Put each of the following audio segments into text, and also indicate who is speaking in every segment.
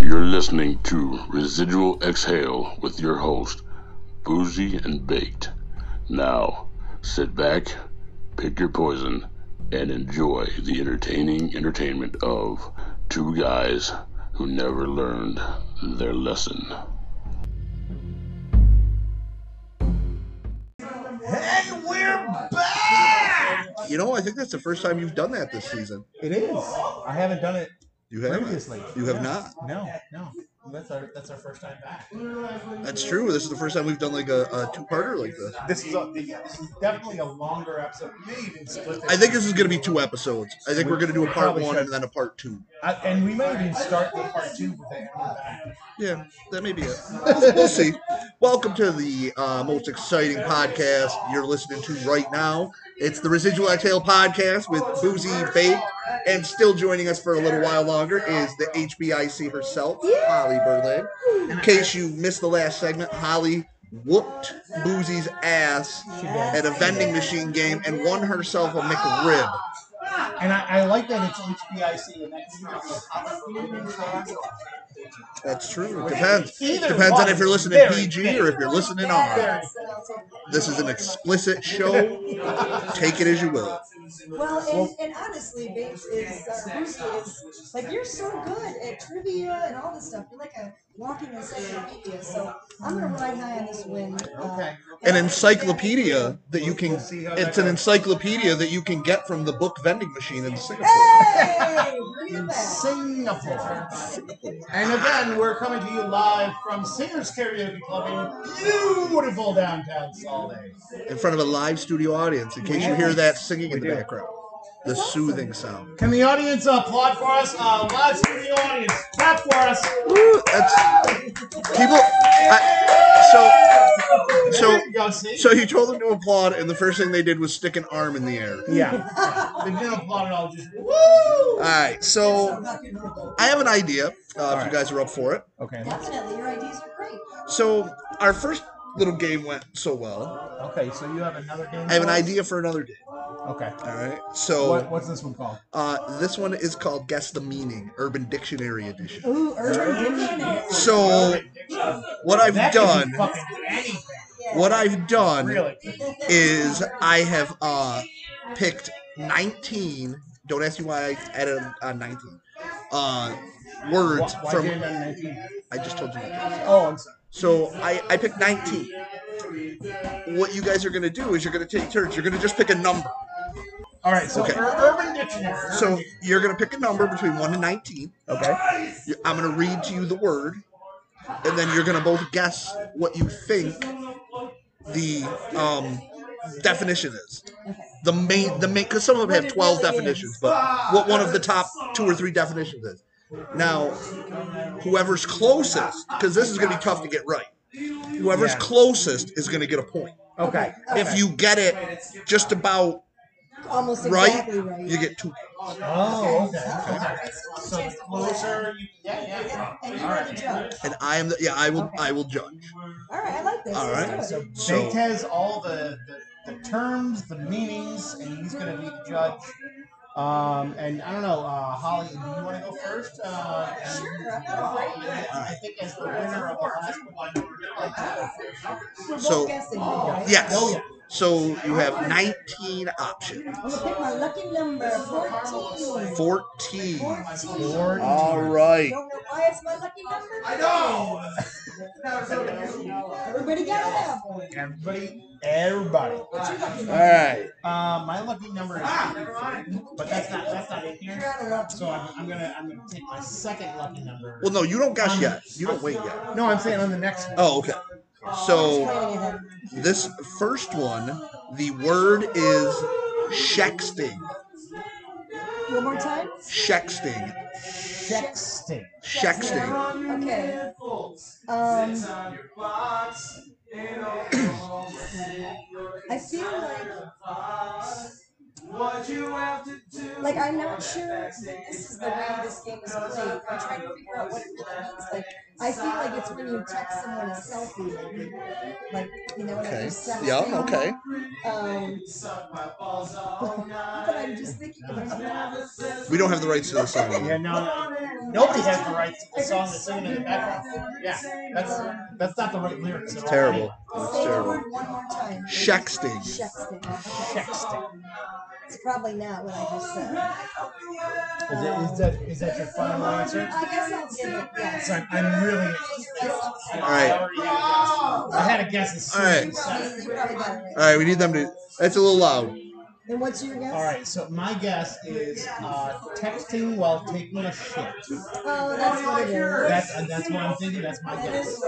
Speaker 1: listening to Residual Exhale with your host, Boozy and Baked. Now, sit back, pick your poison, and enjoy the entertaining entertainment of two guys who never learned their lesson.
Speaker 2: And we're back!
Speaker 3: You know, I think that's the first time you've done that this season.
Speaker 2: It is. I haven't done it
Speaker 3: You have
Speaker 2: previously.
Speaker 3: You have
Speaker 2: not? No, no. That's our that's our first time back.
Speaker 3: That's true. This is the first time we've done like a, a two-parter like this.
Speaker 2: This is a, this is definitely a longer episode. Maybe even split
Speaker 3: I think this is going to be two episodes. I think we're going to do a part
Speaker 2: Probably
Speaker 3: one
Speaker 2: should.
Speaker 3: and then a part two.
Speaker 2: I, and we might even start the part two with it.
Speaker 3: Yeah, that may be it. We'll, we'll see. Welcome to the uh, most exciting podcast you're listening to right now. It's the Residual Exhale podcast with Boozy Baked, and still joining us for a little while longer is the HBIC herself, Holly Berlin. In case you missed the last segment, Holly whooped Boozy's ass at a vending machine game and won herself a McRib.
Speaker 2: And I, I like that it's HBIC and that's not
Speaker 3: That's true. It depends.
Speaker 2: Either
Speaker 3: Depends on
Speaker 2: one
Speaker 3: if you're
Speaker 2: is
Speaker 3: listening
Speaker 2: very
Speaker 3: PG
Speaker 2: big.
Speaker 3: or if you're listening R. This is an explicit show. Take it as you will.
Speaker 4: Well, and, and honestly, Babes is, uh, Bruce is, like, you're so good at trivia and all this stuff. You're like a walking encyclopedia. So I'm going to ride high on this win. Uh,
Speaker 2: Okay.
Speaker 3: An encyclopedia that you can.
Speaker 2: We'll see how that
Speaker 3: It's an
Speaker 2: goes.
Speaker 3: encyclopedia that you can get from the book vending machine in Singapore.
Speaker 4: Hey! Bring it back.
Speaker 2: Singapore. And again, we're coming to you live from Singers Karaoke Club in beautiful downtown Salt Lake.
Speaker 3: In front of a live studio audience, in case you hear that singing in the background. The soothing sound.
Speaker 2: Can the audience applaud for us? Uh, live studio audience, clap for us.
Speaker 3: Woo, That's people. I, so, so
Speaker 2: there you go, see?
Speaker 3: So he told them to applaud, and the first thing they did was stick an arm in the air.
Speaker 2: yeah. they didn't applaud at all. Just woo.
Speaker 3: All right, so I have an idea. Uh, if you guys are up for it.
Speaker 2: Okay.
Speaker 4: Definitely, your ideas are great.
Speaker 3: So our first little game went so well.
Speaker 2: Okay. So you have another game.
Speaker 3: I have an
Speaker 2: for us?
Speaker 3: idea Oh. for another game.
Speaker 2: Okay.
Speaker 3: All right. So
Speaker 2: What, what's this one called?
Speaker 3: uh, this one is called Guess the Meaning, Urban Dictionary Edition.
Speaker 4: Ooh, Urban Dictionary.
Speaker 3: So what Oh, I've
Speaker 2: That could be
Speaker 3: done,
Speaker 2: Fucking anything,
Speaker 3: what I've done
Speaker 2: really.
Speaker 3: is I have uh, picked 19. Don't ask me why I added on 19.
Speaker 2: Why,
Speaker 3: Uh, words
Speaker 2: why
Speaker 3: from
Speaker 2: did it on 19?
Speaker 3: I just told you that.
Speaker 2: Oh, I'm sorry.
Speaker 3: So I, I picked 19. What you guys are going to do is you're going to take turns. You're going to just pick a number.
Speaker 2: All right. So
Speaker 3: Okay.
Speaker 2: Ur- Urban Dictionary.
Speaker 3: So you're going to pick a number between 1 and 19.
Speaker 2: okay.
Speaker 3: You- I'm going to read to you the word, and then you're going to both guess what you think the um, definition is. The main, the main, because some of them have 12 definitions, but what one of the top two or three definitions is. Now, whoever's closest, because this is going to be tough to get right, whoever's
Speaker 2: Yeah.
Speaker 3: closest is going to get a point.
Speaker 2: Okay.
Speaker 3: If you get it just about
Speaker 4: Almost
Speaker 3: right,
Speaker 4: exactly right.
Speaker 3: you get two.
Speaker 2: Oh, okay.
Speaker 4: So
Speaker 2: So closer. You, yeah, yeah.
Speaker 4: And you are the judge.
Speaker 3: And I am the, yeah, I will, I will judge.
Speaker 4: All right, I like this.
Speaker 3: All
Speaker 4: Let's
Speaker 3: right.
Speaker 4: do it.
Speaker 2: So,
Speaker 3: So-
Speaker 2: Baked has all the, the, the terms, the meanings, and he's going to be the judge. Um, and I don't know, uh, Holly, do you want to go first? Uh, and-
Speaker 4: Sure, I'm not afraid.
Speaker 2: I think as the winner of the last one, we're gonna have to
Speaker 4: We're both
Speaker 3: So-
Speaker 4: guessing. here, guys.
Speaker 2: Oh,
Speaker 3: Yes.
Speaker 2: yeah.
Speaker 3: So you have 19 options.
Speaker 4: I'm going to pick my lucky number 14.
Speaker 3: 14.
Speaker 4: 14.
Speaker 2: Four.
Speaker 3: All right.
Speaker 4: Don't know why it's my lucky number. I know. Everybody got to have one.
Speaker 2: Everybody, everybody.
Speaker 4: What's your lucky
Speaker 3: All
Speaker 4: number?
Speaker 3: right.
Speaker 2: Uh, my lucky number is, but that's not that's not in here. So I'm, I'm gonna I'm gonna take my second lucky number. Um,
Speaker 3: Well, no, you don't guess yet. You don't wait yet.
Speaker 2: no, I'm saying on the next one.
Speaker 3: Oh, okay. So
Speaker 4: Planning ahead.
Speaker 3: this first one, the word is shexting.
Speaker 4: One more time.
Speaker 3: Shexting.
Speaker 2: Sexting.
Speaker 3: Shexting.
Speaker 4: Okay. Um, I feel like. Like I'm not sure that this is the way this game is played. I'm trying to figure out what it really means. Like I feel like it's when you text someone a selfie, maybe. Like you know, like
Speaker 3: Okay.
Speaker 4: you send
Speaker 3: Yeah, okay.
Speaker 4: Um, but I'm just thinking.
Speaker 3: We don't have the rights to the song.
Speaker 2: Yeah, no, no. Nobody has the right to the song to sing in the background. Yeah, that's that's not the right lyrics. It's
Speaker 3: Terrible. It's
Speaker 4: Say the
Speaker 3: terrible.
Speaker 4: word one more time.
Speaker 3: Shexting.
Speaker 4: Shexting.
Speaker 2: Texting.
Speaker 4: It's probably not what I just said.
Speaker 2: Is, it, is that is that your final answer?
Speaker 4: I guess I'll give it yes.
Speaker 2: So I'm, I'm really.
Speaker 4: All
Speaker 2: I
Speaker 3: right.
Speaker 2: already had a guess. I had a guess as soon
Speaker 3: All
Speaker 2: as
Speaker 3: right.
Speaker 2: you
Speaker 4: Well,
Speaker 2: said it.
Speaker 4: you- you probably got it
Speaker 3: All
Speaker 4: right.
Speaker 3: right, we need them to. That's a little loud.
Speaker 4: And what's your guess?
Speaker 2: All right, so my guess is uh, texting while taking a shit.
Speaker 4: Oh, that's what it is.
Speaker 2: That's uh, that's what I'm thinking. That's my guess.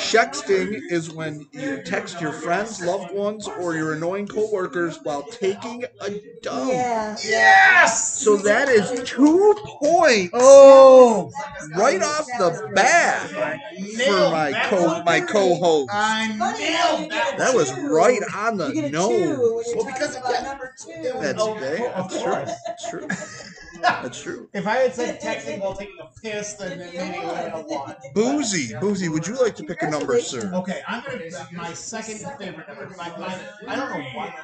Speaker 3: Shexting is when you text your friends, loved ones, or your annoying coworkers while taking a dump.
Speaker 4: Yeah.
Speaker 2: Yes.
Speaker 3: So that is two points
Speaker 2: Oh,
Speaker 3: right off the bat for my co my co-host.
Speaker 2: I nailed that.
Speaker 3: That was right on
Speaker 4: You get
Speaker 3: the
Speaker 4: a two
Speaker 3: nose.
Speaker 4: when you're
Speaker 2: Well,
Speaker 4: talking
Speaker 2: because
Speaker 4: about
Speaker 2: that-
Speaker 4: number two.
Speaker 3: That's
Speaker 2: Oh,
Speaker 3: okay.
Speaker 2: of
Speaker 3: That's true.
Speaker 2: course.
Speaker 3: That's true. That's true.
Speaker 2: If I had said texting while taking a piss, then maybe I would have won.
Speaker 3: Boozy, Boozy, would you like to pick a number, sir?
Speaker 2: Okay, I'm gonna my second favorite number. My, my, I don't know why. my lucky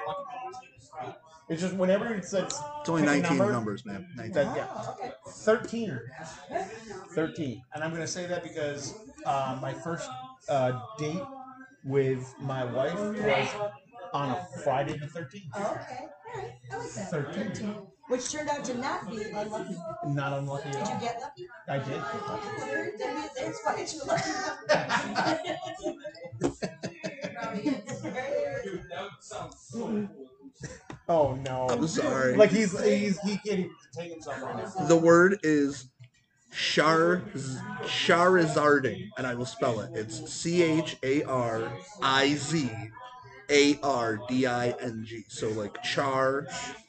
Speaker 2: number. It's just whenever it says
Speaker 3: It's only
Speaker 2: pick a
Speaker 3: 19
Speaker 2: number,
Speaker 3: numbers, man. 19.
Speaker 2: That, yeah.
Speaker 4: Oh,
Speaker 2: 13. 13. And I'm going to say that because uh, my first uh, date with my wife was on a Friday the 13th.
Speaker 4: Oh, Okay. All right. I like that.
Speaker 2: 13.
Speaker 4: Which turned out to not be unlucky. Did
Speaker 2: Not unlucky at
Speaker 4: you
Speaker 2: all.
Speaker 4: get lucky?
Speaker 2: I did.
Speaker 4: Okay. That's why it's lucky.
Speaker 2: Oh, no.
Speaker 3: I'm sorry.
Speaker 2: Like, he's, he's he can't even contain himself right now.
Speaker 3: The word is char charizarding, and I will spell it. It's C H A R I Z A R D I N G. So like char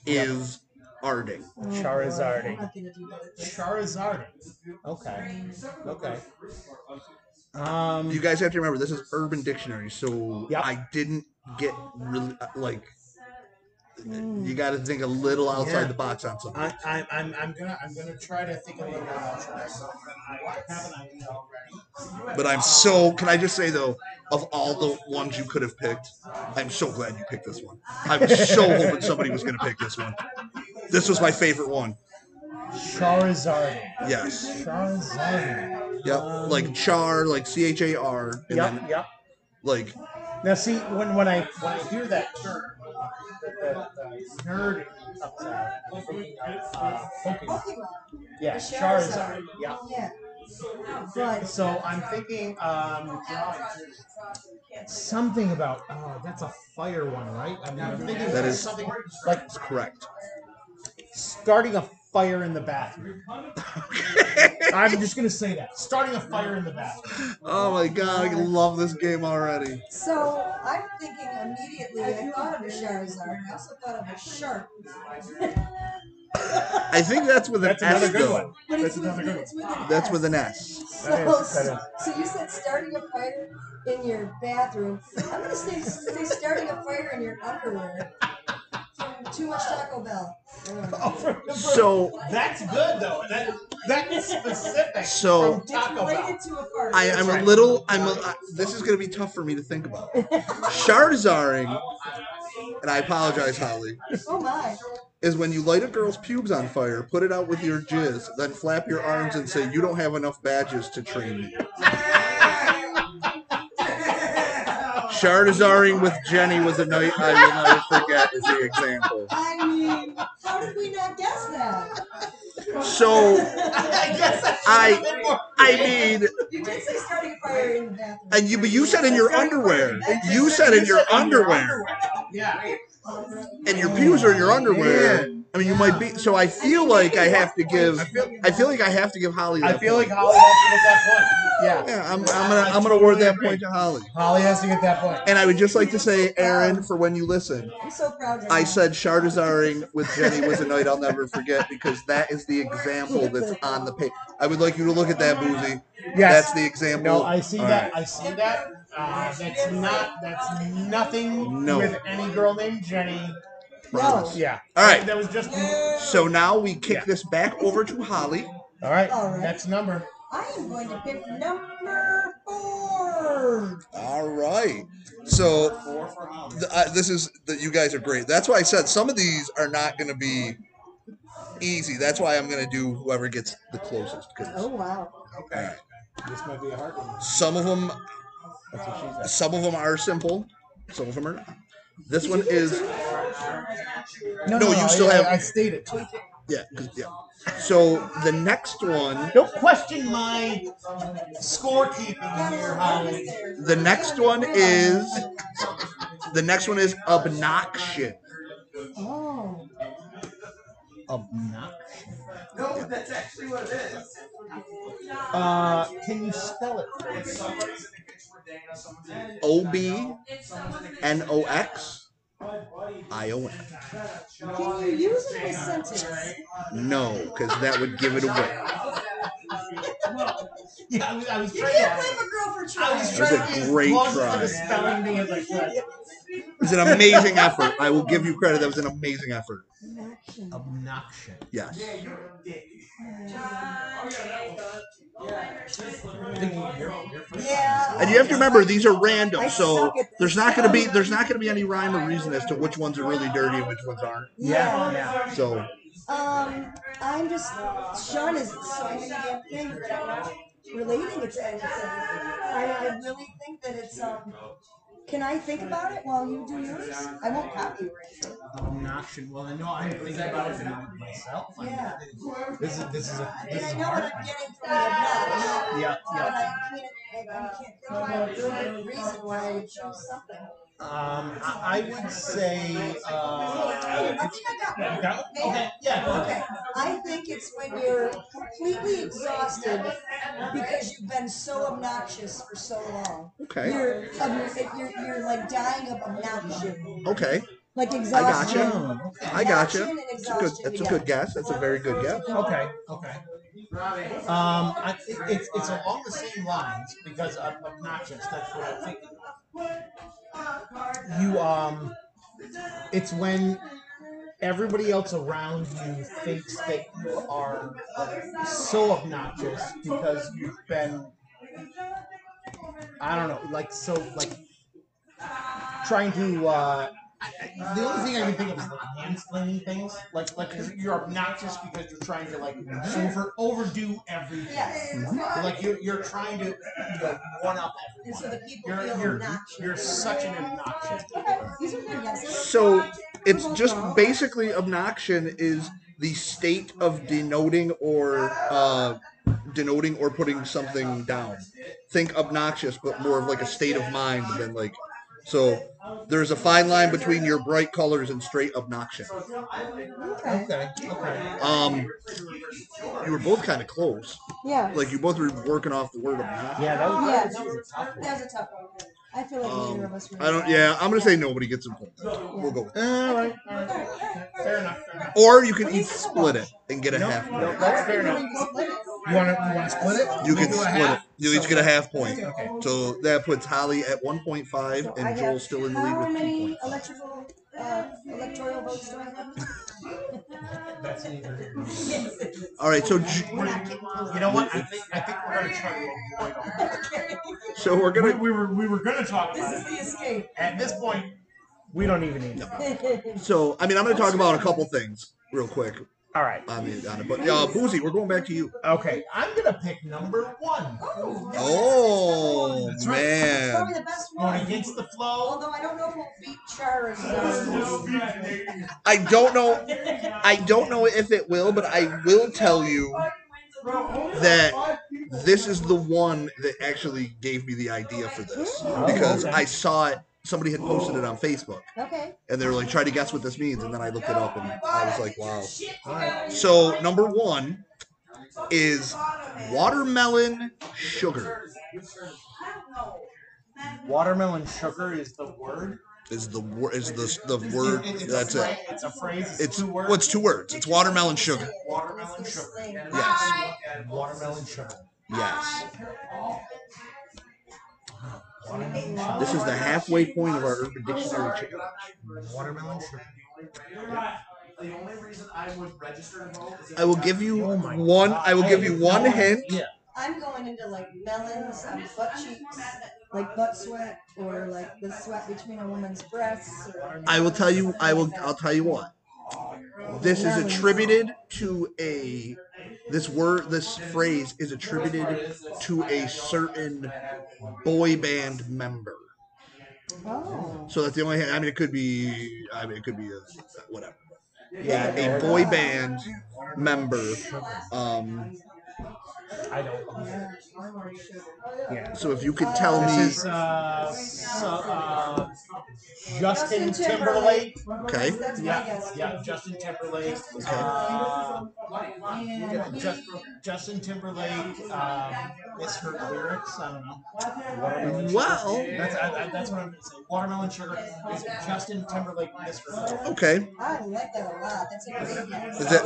Speaker 3: is arding.
Speaker 2: Charizarding.
Speaker 4: I'm gonna do that.
Speaker 2: Charizard. Okay. Okay. Um,
Speaker 3: You guys have to remember this is Urban Dictionary, so
Speaker 2: Yep.
Speaker 3: I didn't get really uh, like. You got to think a little outside
Speaker 2: Yeah.
Speaker 3: the box on something.
Speaker 2: I, I, I'm, I'm gonna I'm gonna try to think a little bit about myself. I have an idea already.
Speaker 3: But I'm so. Can I just say though, of all the ones you could have picked, I'm so glad you picked this one. I was so hoping somebody was going to pick this one. This was my favorite one.
Speaker 2: Charizard.
Speaker 3: Yes.
Speaker 2: Charizard. Um,
Speaker 3: Yep. Like char, like C H A R, and
Speaker 2: Yep.
Speaker 3: then
Speaker 2: Yep.
Speaker 3: like
Speaker 2: Now see when when I when I hear that term, that, that, uh, nerd comes out. I'm thinking of, uh, Pokemon.
Speaker 4: Pokemon.
Speaker 2: Yeah,
Speaker 4: The
Speaker 2: Charizard. Yeah.
Speaker 4: Yeah. But
Speaker 2: So I'm thinking um, drawing too. something about oh that's a fire one, right? I mean, I'm thinking
Speaker 3: That is-
Speaker 2: something like
Speaker 3: it's correct.
Speaker 2: starting a fire in the bathroom. I'm just gonna say that starting a fire in the bathroom.
Speaker 3: Oh my god, I love this game already.
Speaker 4: So I'm thinking immediately. I thought of a Charizard. I also thought of a shark.
Speaker 3: I think that's with an
Speaker 2: That's
Speaker 3: S
Speaker 2: another good
Speaker 3: though.
Speaker 2: one.
Speaker 4: But
Speaker 2: That's
Speaker 4: it's
Speaker 2: another
Speaker 4: with,
Speaker 2: good
Speaker 4: it's with an
Speaker 3: That's
Speaker 4: S.
Speaker 3: with an S.
Speaker 4: So,
Speaker 2: That is- that
Speaker 4: so you said starting a fire in your bathroom. I'm gonna say, say starting a fire in your underwear. Too much Taco Bell. Uh,
Speaker 2: one.
Speaker 3: So
Speaker 2: That's good though. That that's specific.
Speaker 3: So-
Speaker 2: from
Speaker 4: It's
Speaker 2: Taco Bell.
Speaker 4: related to a fart.
Speaker 3: I, I'm a little. I'm. A, I, this is going to be tough for me to think about. Charizarding, and I apologize, Holly,
Speaker 4: Oh my!
Speaker 3: is when you light a girl's pubes on fire, put it out with your jizz, then flap your arms and say, "You don't have enough badges to train me." Charizarding with Jenny was a night I will never forget. Is the example.
Speaker 4: I mean, how did we not guess that?
Speaker 3: So
Speaker 2: I guess that
Speaker 3: I-
Speaker 2: should've been more-
Speaker 3: I mean,
Speaker 4: You did say starting a fire in the bathroom.
Speaker 3: and you, but you said in your underwear. You said in your underwear.
Speaker 2: Yeah.
Speaker 3: and your pubes are in your underwear. I mean, you might be. So I feel like I have to give.
Speaker 2: I feel.
Speaker 3: I feel like I have to give Holly. That
Speaker 2: I feel like
Speaker 3: point.
Speaker 2: Holly has to get that point. Yeah.
Speaker 3: Yeah, I'm, I'm gonna I'm gonna award that point to Holly.
Speaker 2: Holly has to get that point.
Speaker 3: And I would just like to say, Aaron, for when you listen,
Speaker 4: I'm so proud. of
Speaker 3: I
Speaker 4: you.
Speaker 3: said Chardazaring with Jenny was a night I'll never forget because that is the example that's on the page. I would like you to look at that, Boozy. That's the example.
Speaker 2: No, I see
Speaker 3: All
Speaker 2: that.
Speaker 3: right.
Speaker 2: I see that. Uh, that's not. That's nothing
Speaker 3: No.
Speaker 2: with any girl named Jenny.
Speaker 3: Promise.
Speaker 2: Yeah.
Speaker 3: All right.
Speaker 2: That was just.
Speaker 3: So now we kick
Speaker 2: Yeah.
Speaker 3: this back over to Holly.
Speaker 2: All right.
Speaker 4: All right.
Speaker 2: Next number.
Speaker 4: I am going to pick number four.
Speaker 3: All right. So uh, th- I, this is that you guys are great. That's why I said some of these are not going to be Easy. That's why I'm gonna do whoever gets the closest. 'cause-
Speaker 4: Oh wow.
Speaker 2: Okay. This might be a hard one.
Speaker 3: Some of them,
Speaker 2: That's what she said.
Speaker 3: some of them are simple. Some of them are not. This one is No, you still
Speaker 2: I, uh,
Speaker 3: have-
Speaker 2: I, I stayed at two.
Speaker 3: yeah, 'cause- yeah. So the next one,
Speaker 2: Don't question my scorekeeping here, Holly.
Speaker 3: the next one is the next one is obnoxious.
Speaker 4: Oh.
Speaker 2: Obnoxious. Uh, can you spell it for me?
Speaker 3: O B N O X I O N.
Speaker 4: Can you use it in a sentence?
Speaker 3: No, because that would give it away.
Speaker 2: Yeah, I was, I was
Speaker 4: You
Speaker 2: trying
Speaker 4: can't
Speaker 2: to.
Speaker 4: blame a girl for
Speaker 2: I
Speaker 4: trying.
Speaker 2: was
Speaker 3: That was
Speaker 2: trying
Speaker 3: a
Speaker 2: to use
Speaker 3: great
Speaker 2: clauses
Speaker 3: try.
Speaker 2: and a spelling bee as I tried.
Speaker 3: It's an amazing effort. I will give you credit. That was an amazing effort.
Speaker 4: Obnoxious.
Speaker 2: Obnoxious.
Speaker 3: Yes.
Speaker 5: Oh,
Speaker 4: Yeah.
Speaker 3: And you have to remember these are random,
Speaker 4: I
Speaker 3: so
Speaker 4: suck at this.
Speaker 3: there's not going to be there's not going to be any rhyme or reason as to which ones are really dirty and which ones aren't.
Speaker 2: Yeah,
Speaker 4: Yeah.
Speaker 2: yeah.
Speaker 3: So
Speaker 4: Um, I'm just Sean is so I think the thing that I'm not relating it to anything. I, I really think that it's um. Can I think about it while you do yours? I won't copy you or anything.
Speaker 2: Obnoxious. Well, I know I'm thinking about it now myself. I'm-
Speaker 4: Yeah.
Speaker 2: This is this is a
Speaker 4: And
Speaker 2: this
Speaker 4: I
Speaker 2: is a
Speaker 4: know
Speaker 2: hard.
Speaker 4: what
Speaker 2: one.
Speaker 4: I'm getting from the obnoxious,
Speaker 2: Yeah, yeah.
Speaker 4: but I can't. I, I can't think of a good reason why I would choose something.
Speaker 2: Um, I, I would say.
Speaker 4: I
Speaker 2: Uh,
Speaker 4: think I got one.
Speaker 2: you got it? okay. Yeah.
Speaker 4: Okay, I think it's when you're completely exhausted because you've been so obnoxious for so long.
Speaker 3: okay,
Speaker 4: You're, um, you're, you're like dying of obnoxious,
Speaker 3: okay,
Speaker 4: like
Speaker 3: I got
Speaker 4: exhaustion.
Speaker 3: you.
Speaker 2: Oh, okay.
Speaker 3: I got you.
Speaker 4: Obnoxious and
Speaker 3: It's a good.
Speaker 4: exhaustion
Speaker 3: That's a good guess. That's a very good guess.
Speaker 2: Okay. Okay. Um, I, it, it's it's along the same lines because of obnoxious. That's what I'm thinking. of. You um, it's when everybody else around you thinks that you are so obnoxious because you've been, I don't know, like so like trying to. Uh, I, I, the only thing I can think of is like mansplaining things, like like you're obnoxious because you're trying to like over overdo everything.
Speaker 4: Yes.
Speaker 2: Like you're you're trying to like one up
Speaker 4: And so the
Speaker 2: everyone.
Speaker 4: people
Speaker 2: You're
Speaker 4: feel
Speaker 2: you're
Speaker 4: obnoxious.
Speaker 2: you're such an obnoxious.
Speaker 4: Okay, these are good guesses.
Speaker 3: So it's just basically obnoxion is the state of denoting or uh, denoting or putting something down. Think obnoxious, but more of like a state of mind than like. So there's a fine line between your bright colors and straight obnoxion.
Speaker 4: Okay.
Speaker 2: Okay. Okay.
Speaker 3: Um, you were both kind of close.
Speaker 4: Yeah.
Speaker 3: Like you both were working off the word obnoxious.
Speaker 2: Yeah, that was,
Speaker 4: Yeah.
Speaker 2: that was a tough one.
Speaker 4: That was a tough one. I feel like neither of
Speaker 3: Um,
Speaker 4: us were.
Speaker 3: I don't. Yeah, I'm gonna say nobody gets involved. We'll go. With that.
Speaker 2: All right.
Speaker 4: All right, all right, all right.
Speaker 2: Fair enough. Fair enough.
Speaker 3: Or you can each split it and get a
Speaker 2: No,
Speaker 3: half.
Speaker 2: no, that's fair enough. You want to you want to split it?
Speaker 3: You
Speaker 2: We'll
Speaker 3: can
Speaker 2: do a
Speaker 3: split it.
Speaker 2: half.
Speaker 3: You
Speaker 2: So-
Speaker 3: each get a half point.
Speaker 2: Okay.
Speaker 3: So that puts Holly at 1.5
Speaker 4: So I
Speaker 3: and Joel
Speaker 4: have-
Speaker 3: still in the lead
Speaker 4: How
Speaker 3: with
Speaker 4: many
Speaker 3: 2
Speaker 4: electrical, uh, electoral votes do I have?
Speaker 2: That's neither here nor there.
Speaker 4: Yes, it is.
Speaker 3: All right, so J-
Speaker 4: We're not getting close.
Speaker 2: You know what? I think I think we're gonna try to avoid all that.
Speaker 3: so we're
Speaker 2: We,
Speaker 3: gonna
Speaker 2: we were we were gonna talk
Speaker 4: This
Speaker 2: about
Speaker 4: is
Speaker 2: it.
Speaker 4: the escape.
Speaker 2: At this point, we don't even need to.
Speaker 3: so I mean I'm gonna talk about a couple things real quick
Speaker 2: All right.
Speaker 3: on the on it. But uh, Boozy, we're going back to you.
Speaker 2: Okay. I'm gonna pick number one.
Speaker 4: Oh, that's-
Speaker 3: Oh
Speaker 2: That's right.
Speaker 4: that's
Speaker 3: man,
Speaker 4: probably the best
Speaker 2: Going
Speaker 4: one.
Speaker 2: against the flow.
Speaker 4: Although I don't know if we'll beat Char's. uh,
Speaker 3: I don't know, I don't know if it will, but I will tell you that this is the one that actually gave me the idea for this because I saw it. Somebody had posted it on Facebook.
Speaker 4: Okay.
Speaker 3: and they were like, try to guess what this means. And then I looked it up and I was like, wow.
Speaker 2: All right.
Speaker 3: So, number one is watermelon sugar,
Speaker 2: Watermelon sugar is the word.
Speaker 3: is the wor- is the, the word.
Speaker 2: It- it's
Speaker 3: That's
Speaker 2: a
Speaker 3: it.
Speaker 2: phrase, It's a phrase. It's,
Speaker 3: It's
Speaker 2: two words.
Speaker 3: well, it's two words. It's watermelon sugar.
Speaker 2: watermelon sugar?
Speaker 3: Yes.
Speaker 2: Watermelon sugar.
Speaker 3: Yes. This is the halfway point of our Urban Dictionary challenge.
Speaker 2: Watermelon sugar.
Speaker 5: The only reason I would register to vote is if
Speaker 3: I will give you
Speaker 2: Oh my
Speaker 3: one.
Speaker 2: God.
Speaker 3: I will give
Speaker 2: Hey,
Speaker 3: you
Speaker 2: no
Speaker 3: one hint.
Speaker 2: Yeah.
Speaker 4: I'm going into like melons and butt cheeks, like butt sweat, or like the sweat between a woman's breasts. Or
Speaker 3: I will tell you. I will. I'll tell you what. This is attributed to a this word this phrase is attributed to a certain boy band member.
Speaker 4: Oh.
Speaker 3: So that's the only. I mean, it could be. I mean, it could be a, whatever.
Speaker 2: Yeah, I
Speaker 3: A
Speaker 2: know.
Speaker 3: boy band member. Um,
Speaker 2: I don't. Yeah.
Speaker 3: so if you could tell
Speaker 2: This
Speaker 3: me,
Speaker 2: is uh, so, uh, Justin
Speaker 4: Justin
Speaker 2: Timberlake.
Speaker 3: okay,
Speaker 4: That's my
Speaker 2: Yeah,
Speaker 4: guess.
Speaker 2: yeah, Justin Timberlake.
Speaker 4: Justin
Speaker 2: Uh,
Speaker 4: Timberlake.
Speaker 2: Ju- Ju- Justin Timberlake um, misheard lyrics. I don't know. Watermelon Sugar.
Speaker 3: Well-
Speaker 2: that's I, I, that's what I'm gonna say. Watermelon sugar is Justin Timberlake misheard. lyrics.
Speaker 3: okay.
Speaker 4: I like that a lot. That's a great guess.
Speaker 3: Is that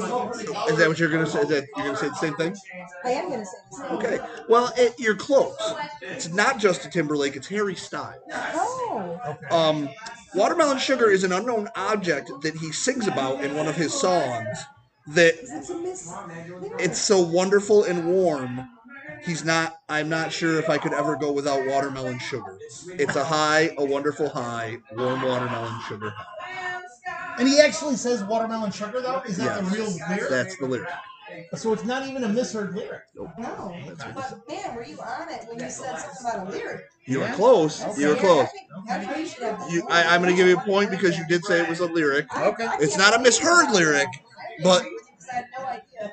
Speaker 3: is that what you're gonna say? Is that you're gonna say the same thing?
Speaker 4: I am going to say this.
Speaker 3: Okay. Well, it, you're close. It's not Justin Timberlake. It's Harry Styles.
Speaker 4: Oh.
Speaker 3: Um, Watermelon Sugar is an unknown object that he sings about in one of his songs. That
Speaker 4: It's a miss.
Speaker 3: it's so wonderful and warm. He's not. I'm not sure if I could ever go without watermelon sugar. It's a high, a wonderful high, warm watermelon sugar.
Speaker 2: And he actually says watermelon sugar though. Is that
Speaker 3: Yes.
Speaker 2: the real lyric?
Speaker 3: That's the lyric.
Speaker 2: so it's not even a misheard lyric.
Speaker 4: No. But man, were you on it when you said something about a lyric?
Speaker 3: You were
Speaker 2: Yeah.
Speaker 3: close. You were
Speaker 4: Yeah,
Speaker 3: close.
Speaker 4: I think- I think you should have that.
Speaker 3: You, I, I'm going to give you a point because you did say it was a lyric.
Speaker 4: I- I
Speaker 2: Okay.
Speaker 4: can't
Speaker 3: It's not a
Speaker 4: believe
Speaker 3: misheard
Speaker 4: that.
Speaker 3: lyric,
Speaker 4: I
Speaker 3: but-
Speaker 4: agree with you 'cause I had no idea.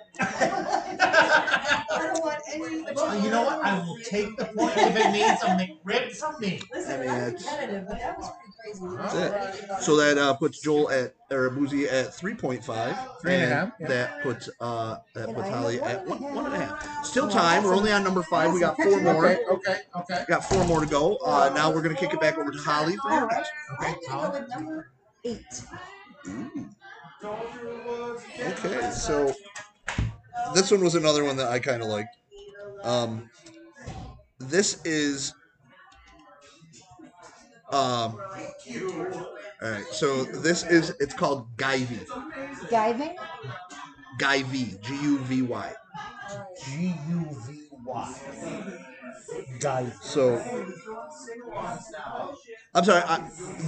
Speaker 4: I don't want any.
Speaker 2: Well, you know what? I will take the point if it means a McRib from me.
Speaker 4: Listen,
Speaker 3: I mean,
Speaker 4: I'm
Speaker 3: it's-
Speaker 4: competitive, but that was pretty crazy.
Speaker 3: That's So that uh, puts Joel at or Boozy at three point five,
Speaker 2: Three and a half, yeah.
Speaker 3: that puts uh, that
Speaker 4: And
Speaker 3: puts
Speaker 4: I am
Speaker 3: Holly
Speaker 4: one
Speaker 3: at
Speaker 4: and a
Speaker 3: one, one and a
Speaker 4: half.
Speaker 3: half. Still
Speaker 4: Well,
Speaker 3: time.
Speaker 4: that's
Speaker 3: We're
Speaker 4: a-
Speaker 3: only on number five. We got
Speaker 4: that's a
Speaker 3: four more.
Speaker 4: picture.
Speaker 2: okay, okay.
Speaker 3: Got four more to go. Uh, now we're gonna kick it back over to Holly for
Speaker 4: All
Speaker 3: her
Speaker 4: right.
Speaker 3: guess.
Speaker 4: I'm gonna go with number eight.
Speaker 3: Okay, so this one was another one that I kind of liked. Um, this is. Um, all right, so this is it's called Guyvy.
Speaker 4: Diving.
Speaker 3: Guyvy, G U V Y.
Speaker 2: G U V Y. Guy.
Speaker 3: So I'm sorry, I,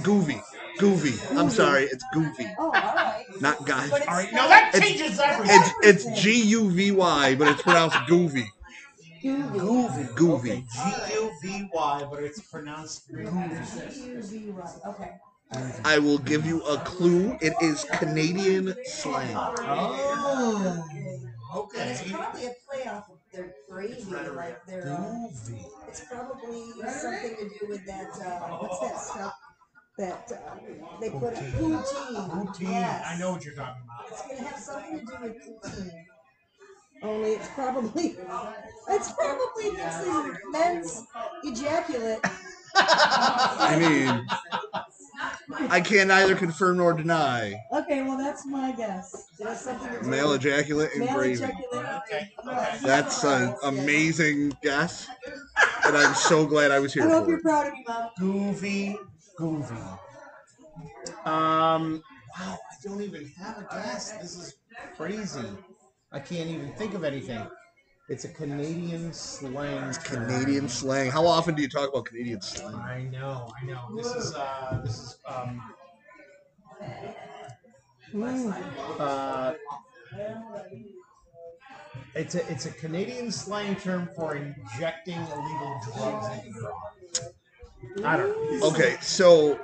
Speaker 3: Goovy, Goovy. I'm sorry, it's Goovy,
Speaker 4: Oh, all right.
Speaker 3: not Guyvy.
Speaker 2: All right, now that
Speaker 3: It's-
Speaker 2: changes everything.
Speaker 3: It's it's G U V Y, but it's pronounced Goovy.
Speaker 2: Goovy. Okay,
Speaker 3: Goovy.
Speaker 2: G U V Y, but it's pronounced goovy.
Speaker 4: G-U-V, right. Okay.
Speaker 3: I will give you a clue. It is Canadian slang.
Speaker 2: Oh.
Speaker 4: And it's
Speaker 2: Okay.
Speaker 4: probably a play off of their gravy, like their. Uh,
Speaker 2: Goovy.
Speaker 4: It's probably something to do with that, uh, what's that stuff that, uh, they put, poutine.
Speaker 2: Poutine.
Speaker 4: Yes.
Speaker 2: I know what you're talking about.
Speaker 4: It's gonna have something to do with poutine. Only it's probably, it's probably mixing men's ejaculate.
Speaker 3: I mean, I can neither confirm nor deny
Speaker 4: Okay, well, that's my guess. It has something to do
Speaker 3: male
Speaker 4: with
Speaker 3: ejaculate and
Speaker 4: male
Speaker 3: gravy.
Speaker 4: ejaculate.
Speaker 2: Okay, okay.
Speaker 3: That's an amazing guess, and I'm so glad I was
Speaker 4: I
Speaker 3: here
Speaker 4: hope
Speaker 3: for
Speaker 4: you're
Speaker 3: it.
Speaker 4: proud of me, Mom.
Speaker 2: Goovy. Goovy. Um. Wow, I don't even have a guess. This is crazy. I can't even think of anything. It's a Canadian slang. term.
Speaker 3: Canadian slang. How often do you talk about Canadian slang?
Speaker 2: I know, I know. This is uh, this is um, uh, it's a it's a Canadian slang term for injecting illegal drugs into your body. I don't know.
Speaker 3: Okay, so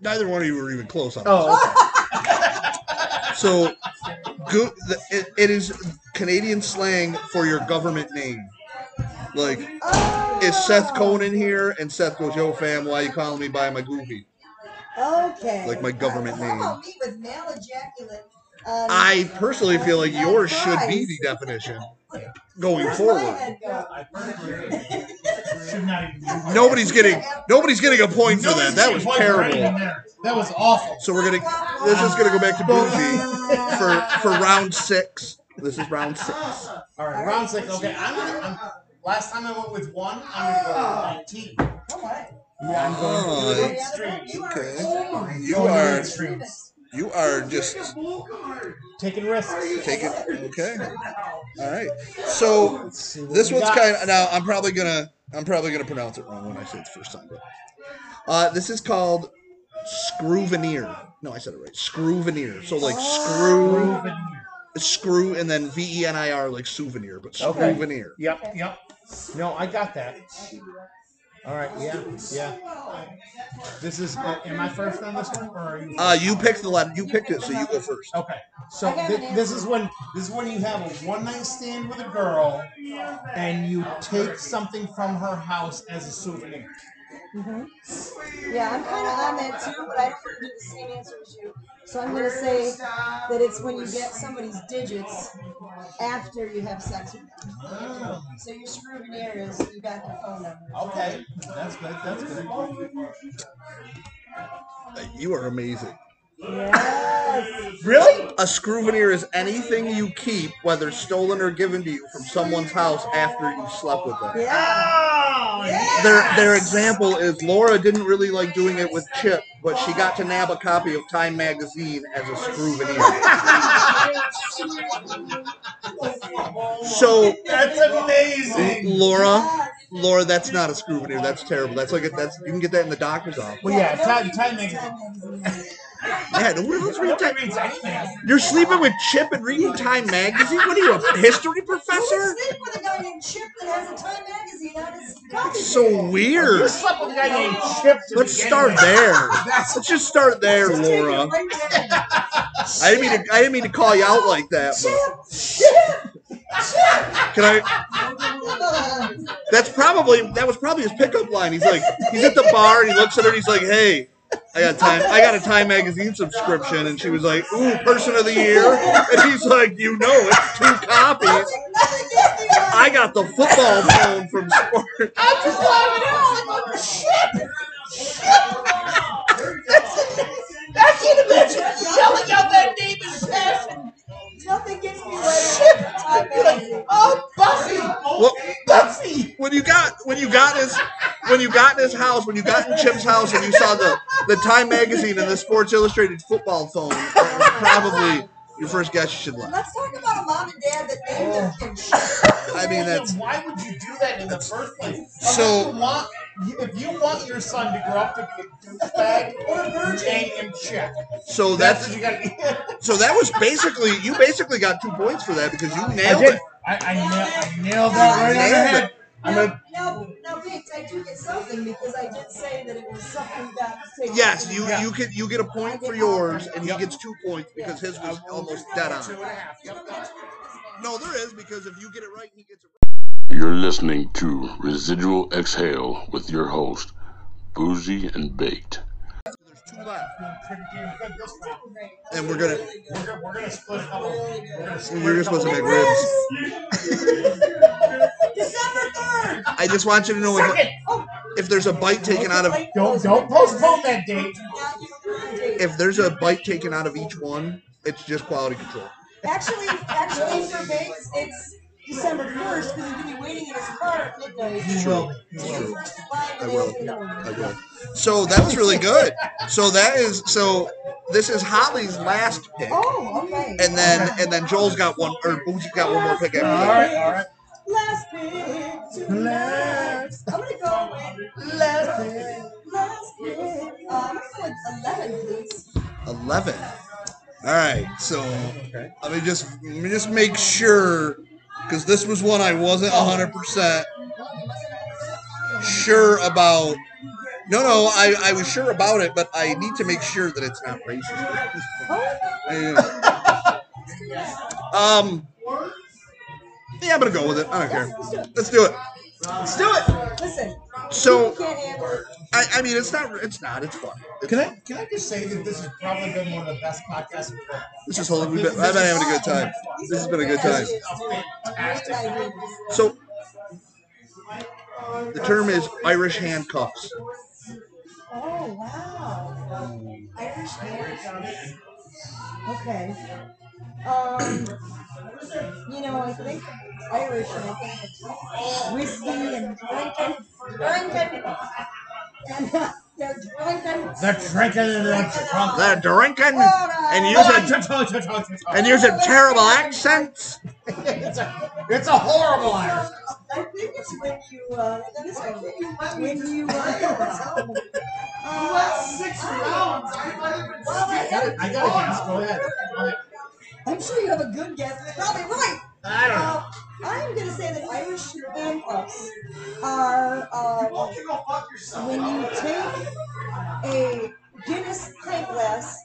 Speaker 3: neither one of you were even close on. This.
Speaker 2: Oh,
Speaker 3: So, go, the, it, it is Canadian slang for your government name. Like,
Speaker 4: Oh!
Speaker 3: is Seth Cohen in here? And Seth goes, "Yo, fam, why you calling me by my goofy?"
Speaker 4: Okay.
Speaker 3: Like my government
Speaker 4: How about
Speaker 3: name.
Speaker 4: me with male ejaculate? Um,
Speaker 3: I personally feel like yours should be
Speaker 4: Nice.
Speaker 3: the definition going
Speaker 4: where's my
Speaker 3: forward.
Speaker 4: head go?
Speaker 2: I should not even. do
Speaker 3: Nobody's getting nobody's getting a point for
Speaker 2: Nobody's
Speaker 3: that. That
Speaker 2: getting
Speaker 3: was
Speaker 2: points for anything
Speaker 3: terrible.
Speaker 2: there. That was awful.
Speaker 3: So we're gonna this is gonna go back to Boozy for for round six. This is round six.
Speaker 2: All right, round six. Okay, I'm gonna. I'm, last time I went with one, I'm gonna go with nineteen.
Speaker 4: All right.
Speaker 2: Oh. Yeah, I'm
Speaker 3: Oh,
Speaker 2: going to
Speaker 3: that's-
Speaker 2: extremes.
Speaker 3: Okay.
Speaker 4: Oh,
Speaker 3: You
Speaker 2: Going to
Speaker 3: are
Speaker 2: extremes.
Speaker 3: you are just
Speaker 2: taking risks.
Speaker 3: taking okay. All right. So This one's kind of now. I'm probably gonna I'm probably gonna pronounce it wrong when I say it the first time. but- Uh, this is called Screwveneer. No, I said it right. Screw veneer. So like
Speaker 4: Oh.
Speaker 3: screw, screw, and then V E N I R like souvenir, but screw
Speaker 2: Okay.
Speaker 3: veneer.
Speaker 2: Yep, yep. No, I got that. All right, yeah, yeah. This is, uh, am I first on this one, or are you?
Speaker 3: Uh, you picked the letter. You picked it, so you go first.
Speaker 2: Okay, so
Speaker 4: I got
Speaker 2: thi-
Speaker 4: an
Speaker 2: this is when this is when you have a one night stand with a girl, and you take something from her house as a souvenir.
Speaker 4: Yeah, I'm kind of on that too, but I don't want to do the same answer as you. So I'm going to say that it's when you get somebody's digits after you have sex with them. So your souvenir is you got their phone number.
Speaker 2: Okay, that's good. That's good.
Speaker 3: Uh, You are amazing.
Speaker 4: Yes.
Speaker 2: Really?
Speaker 3: A screw veneer is anything you keep, whether stolen or given to you, from someone's house after you slept with them.
Speaker 4: Yeah.
Speaker 2: Oh,
Speaker 3: Their their example is Laura didn't really like doing it with Chip, but she got to nab a copy of Time magazine as a screw veneer. So
Speaker 2: That's amazing.
Speaker 3: Laura, Laura, that's not a screw veneer. That's terrible. That's like a, that's you can get that in the doctor's office.
Speaker 2: Well, yeah,
Speaker 4: nobody
Speaker 2: time, time
Speaker 4: reads
Speaker 2: magazine.
Speaker 4: magazine.
Speaker 3: Yeah, no one else reads
Speaker 2: Nobody
Speaker 3: Time.
Speaker 2: reads anything.
Speaker 3: You're sleeping with Chip and reading Time magazine. What are you, a history
Speaker 4: Who
Speaker 3: professor?
Speaker 4: would sleep with a guy named Chip that has a Time magazine on his coffee
Speaker 3: So
Speaker 2: You
Speaker 3: weird.
Speaker 2: slept with a guy named Chip. to
Speaker 3: Let's
Speaker 2: begin
Speaker 3: start
Speaker 2: with.
Speaker 3: there. Let's just start there,
Speaker 4: Just take it
Speaker 3: Laura.
Speaker 4: right there.
Speaker 3: I didn't mean to, I didn't mean to call you out like that.
Speaker 4: Chip,
Speaker 3: But
Speaker 4: Chip,
Speaker 3: can I? That's probably that was probably his pickup line. He's like he's at the bar and he looks at her and he's like, "Hey, I got time. I got a Time magazine subscription." And she was like, "Ooh, person of the year." And he's like, "You know, it's two copies.
Speaker 4: nothing gets me like-
Speaker 3: I got the football phone from Sport."
Speaker 4: I'm just laughing out. Like, shit! Shit! That's I can't imagine yelling out that name in passion. Nothing gets me like You're like, oh, Buffy!
Speaker 3: What,
Speaker 2: Buffy.
Speaker 3: when you got when you got his when you got in his house when you got in Chip's house and you saw the the Time magazine and the Sports Illustrated football phone, that was probably your first guess you should let.
Speaker 4: Let's talk about a mom and dad that named
Speaker 2: Oh.
Speaker 4: their kids shit.
Speaker 3: I mean that's
Speaker 2: why would you do that in the first place?
Speaker 3: So-
Speaker 2: Unless you want, if you want your son to grow up to be a douchebag or a virgin, and check.
Speaker 3: so
Speaker 2: That's
Speaker 3: that's
Speaker 2: what you got. to
Speaker 3: so that was basically you basically got two points for that because you nailed it.
Speaker 2: I, I, nailed, I nailed
Speaker 4: that right
Speaker 3: on the head.
Speaker 2: I'm
Speaker 4: Now,
Speaker 2: gonna-
Speaker 4: now, now, Bates, I do get something because I did say that it was something that taken.
Speaker 3: Yes, you you can you get a point for yours and he gets two points because his was almost dead
Speaker 2: Two and
Speaker 3: on.
Speaker 2: a half. Yep.
Speaker 3: No, there is because if you get it right, he gets it.
Speaker 1: You're listening to Residual Exhale with your host, Boozy and Baked.
Speaker 3: right. There's two left,
Speaker 2: Doing pretty damn good this round.
Speaker 3: and we're gonna
Speaker 2: We're gonna- We're gonna split a couple. We're gonna split
Speaker 3: you're
Speaker 2: a
Speaker 3: supposed to
Speaker 2: couple.
Speaker 3: make ribs.
Speaker 4: December Oh, 3rd!
Speaker 3: I just want you to know if,
Speaker 2: Second.
Speaker 3: if there's a bite taken out of
Speaker 2: Don't don't postpone that date.
Speaker 4: Not your date.
Speaker 3: if there's a bite taken out of each one, it's just quality control.
Speaker 4: Actually, actually, for Bates, it's December first because he's gonna be waiting in his car at midnight.
Speaker 2: You will. You
Speaker 4: He's
Speaker 2: will.
Speaker 4: gonna buy
Speaker 3: I
Speaker 4: the
Speaker 3: will.
Speaker 4: nails in the morning.
Speaker 3: I will. So that was really good. So that is so this is Holly's last pick.
Speaker 4: Oh, okay.
Speaker 3: And then and then Joel's got one or Boozy's got one more pick after
Speaker 2: All
Speaker 3: that.
Speaker 2: right. All right.
Speaker 4: Last pick tonight.
Speaker 2: Last.
Speaker 4: I'm gonna go with
Speaker 2: Last. pick.
Speaker 4: last pick. Uh, I'm gonna go with eleven, please.
Speaker 3: 11. All right. So let me just let me just make sure cuz this was one I wasn't 100% sure about. No, no, I, I was sure about it, but I need to make sure that it's not racist. I am. um Yeah, I'm going to go with it. I don't care. Let's do it.
Speaker 2: Let's do it.
Speaker 4: Listen,
Speaker 3: So
Speaker 4: you can't handle it.
Speaker 3: I, I mean, it's not it's not it's fun.
Speaker 2: Can I can I just say that this has probably been one of the best podcasts we've had?
Speaker 3: This is holy. We've been, I've been having a good time. This has been a good time.
Speaker 2: Fantastic.
Speaker 3: So the term is Irish handcuffs.
Speaker 4: Oh wow. Irish handcuffs. Okay. Um, you know, I think Irish and I think it's whiskey and drinking, drinking, and uh, They're drinking.
Speaker 2: They're drinking and they're drunk.
Speaker 3: They're drinking and
Speaker 4: Alright.
Speaker 3: using and
Speaker 2: it's,
Speaker 3: using terrible accents.
Speaker 2: a, it's a horrible accent.
Speaker 4: I think it's when you, uh, when you, uh, uh,
Speaker 5: Six rounds. I might have been.
Speaker 4: well, I
Speaker 2: I got
Speaker 4: gotta-
Speaker 2: it. I got a guess. Go ahead. Go ahead.
Speaker 4: I'm sure you have a good guess. It's probably right.
Speaker 2: I don't know.
Speaker 4: Uh, I'm gonna say that Irish vampires are uh,
Speaker 5: You go fuck yourself.
Speaker 4: when you take a Guinness pint glass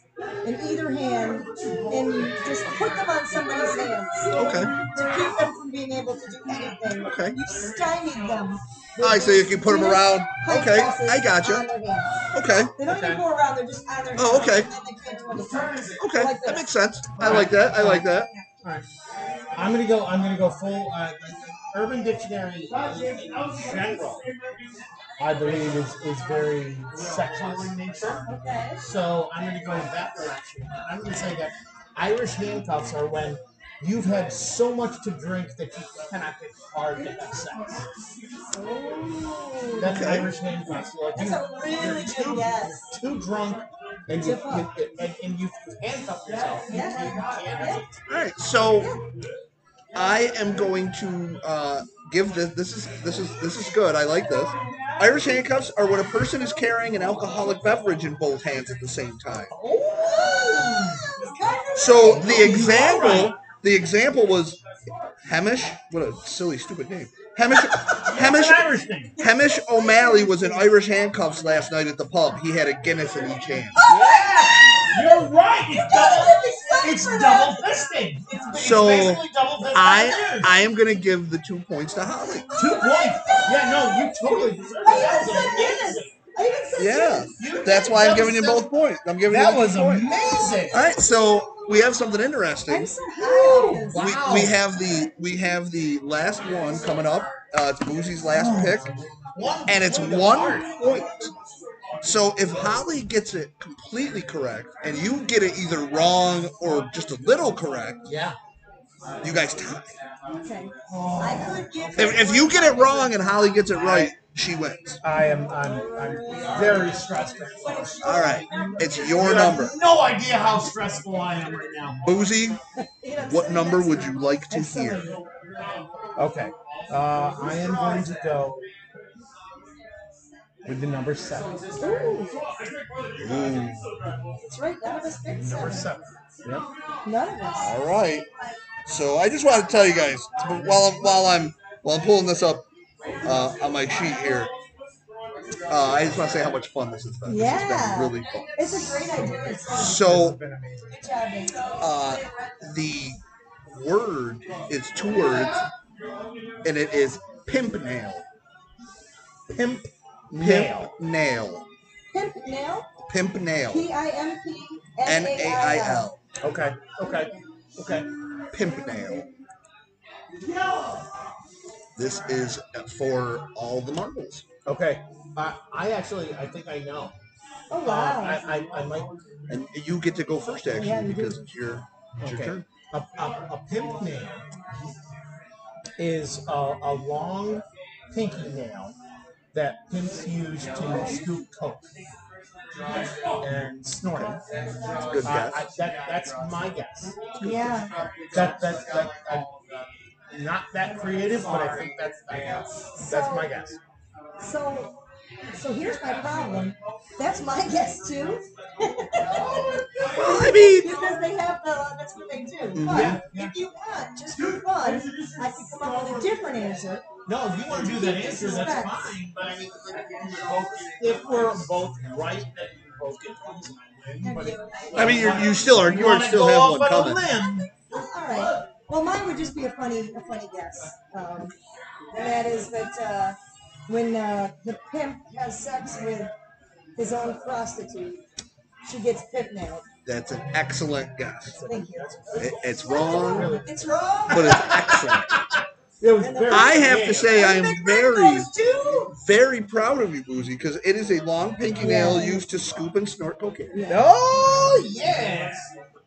Speaker 4: in either hand and you just put them on somebody's hands
Speaker 3: Okay.
Speaker 4: to keep them from being able to do anything.
Speaker 3: Okay.
Speaker 4: You stymied them.
Speaker 3: Alright, so you can put 'em
Speaker 4: Guinness
Speaker 3: around.
Speaker 4: pint
Speaker 3: Okay,
Speaker 4: glasses
Speaker 3: I gotcha.
Speaker 4: on their hands.
Speaker 3: Okay.
Speaker 4: They don't
Speaker 2: Okay.
Speaker 4: even go around, they're just on their
Speaker 3: Oh,
Speaker 4: hands,
Speaker 3: okay.
Speaker 4: and then they can't do anything.
Speaker 3: Okay.
Speaker 4: Like
Speaker 3: That
Speaker 4: this.
Speaker 3: makes sense. I like that. I like that.
Speaker 2: All right. I'm gonna go. I'm gonna go full. Uh, Urban Dictionary in general, I believe, is, is very sexual in nature.
Speaker 4: Okay.
Speaker 2: So I'm going to go in that direction. And I'm going to say that Irish handcuffs are when you've had so much to drink that you cannot get hard to have sex. Oh That's
Speaker 3: Okay.
Speaker 2: Irish handcuffs. Like
Speaker 4: That's
Speaker 2: you,
Speaker 4: a really
Speaker 2: you're
Speaker 4: good
Speaker 2: too,
Speaker 4: guess.
Speaker 2: too drunk and you,
Speaker 4: Tip up.
Speaker 2: you- and, and you handcuff yourself. You,
Speaker 4: Yeah.
Speaker 2: you can't.
Speaker 3: All right, so I am going to uh, give this. This is this is this is good. I like this. Irish handcuffs are when a person is carrying an alcoholic beverage in both hands at the same time.
Speaker 4: Oh,
Speaker 3: So the example, the example was Hamish. What a silly, stupid name. Hamish, Hamish,
Speaker 2: It's an Irish thing.
Speaker 3: Hamish O'Malley was in Irish handcuffs last night at the pub. He had a Guinness in each hand.
Speaker 2: You're right. It's double. It's double
Speaker 4: double.
Speaker 2: fisting. It's,
Speaker 3: So,
Speaker 2: it's basically double fisting.
Speaker 3: I I am gonna give the two points to Holly.
Speaker 2: two points. Yeah, no, you totally deserve it.
Speaker 4: I
Speaker 2: That
Speaker 4: even
Speaker 2: was
Speaker 4: said Guinness.
Speaker 2: amazing.
Speaker 4: I even said
Speaker 3: Yeah,
Speaker 4: Guinness.
Speaker 2: You
Speaker 3: that's
Speaker 2: did.
Speaker 3: why I'm
Speaker 2: That was
Speaker 3: giving you
Speaker 2: so-
Speaker 3: both points. I'm giving
Speaker 2: That
Speaker 3: you both
Speaker 2: was
Speaker 3: points.
Speaker 2: amazing.
Speaker 3: All right, so we have something interesting.
Speaker 4: I'm so high on this.
Speaker 2: Wow.
Speaker 3: We, we have the we have the last one coming up. Uh, it's Boozy's last
Speaker 2: Oh.
Speaker 3: pick,
Speaker 2: One
Speaker 3: and it's
Speaker 2: point of
Speaker 3: one
Speaker 2: art.
Speaker 3: point. So if Holly gets it completely correct, and you get it either wrong or just a little correct,
Speaker 2: Yeah.
Speaker 3: you guys tie.
Speaker 4: Okay. I could give
Speaker 3: If, if you get it wrong and Holly gets it right, she wins.
Speaker 2: I am. I'm. I'm very stressed. Right now.
Speaker 3: All right, it's your
Speaker 2: You have
Speaker 3: number,
Speaker 2: No idea how stressful I am right now.
Speaker 3: Boozy.
Speaker 4: it.
Speaker 3: What number would you like to hear?
Speaker 2: Okay. Uh, I am going to go with the number seven.
Speaker 4: Ooh,
Speaker 3: Ooh.
Speaker 4: that's right. None of us picked
Speaker 2: Number
Speaker 4: seven.
Speaker 2: seven. Yep.
Speaker 4: None of us.
Speaker 3: All right. So I just want to tell you guys while I'm, while I'm while I'm pulling this up uh, on my sheet here. Uh, I just want to say how much fun this has been. This has
Speaker 4: Yeah.
Speaker 3: been really fun.
Speaker 4: It's a great idea. It's
Speaker 2: This has
Speaker 3: So
Speaker 2: been amazing.
Speaker 4: Good job, Nathan.
Speaker 3: uh, the word is two words, and it is pimp nail.
Speaker 2: Pimp
Speaker 3: Pimp
Speaker 2: nail.
Speaker 3: nail.
Speaker 4: Pimp nail.
Speaker 3: Pimp nail.
Speaker 4: P I M P
Speaker 3: N A I L.
Speaker 2: Okay. Okay. Okay.
Speaker 3: Pimp nail. This is for all the marbles.
Speaker 2: Okay. Uh, I actually, I think I know.
Speaker 4: Oh
Speaker 2: Uh,
Speaker 4: wow.
Speaker 2: I, I, I might
Speaker 3: And you get to go first, actually,
Speaker 4: Yeah, you do.
Speaker 3: because it's your, it's your
Speaker 2: Okay.
Speaker 3: turn.
Speaker 2: A, a, a pimp nail is a, a long pinky nail that pimps use to scoop coke and snort it.
Speaker 3: Good
Speaker 2: Uh,
Speaker 3: guess.
Speaker 2: I, that, that's my guess.
Speaker 4: Yeah.
Speaker 2: That, that, that, I'm not that creative, but I think that's my guess. That's my guess.
Speaker 4: So, so here's my problem. That's my guess too.
Speaker 3: I mean,
Speaker 4: because they have the, that's what they do.
Speaker 3: Mm-hmm.
Speaker 4: But
Speaker 2: Yeah, yeah.
Speaker 4: if you want, just for fun, I could come up with a different answer.
Speaker 2: No, if you want to do that answer, that's fine. But I mean, if we're both right, then we both get points. and I win, but if-
Speaker 3: I mean, you you still are. You are
Speaker 2: wanna go
Speaker 3: still have
Speaker 2: off
Speaker 3: one
Speaker 2: on a
Speaker 3: coming.
Speaker 2: limb,
Speaker 4: All right. Well, mine would just be a funny, a funny guess. Um, and that is that uh, when uh, the pimp has sex with his own prostitute, she gets pimp nailed.
Speaker 3: That's an excellent guess.
Speaker 4: Thank you.
Speaker 3: It, it's wrong,
Speaker 4: It's wrong.
Speaker 3: but it's excellent.
Speaker 2: It was very
Speaker 3: I have to
Speaker 2: creative.
Speaker 3: say, I am very,
Speaker 4: Those two.
Speaker 3: very proud of you, Boozy, because it is a long pinky nail used to scoop and snort cocaine.
Speaker 2: Oh yes.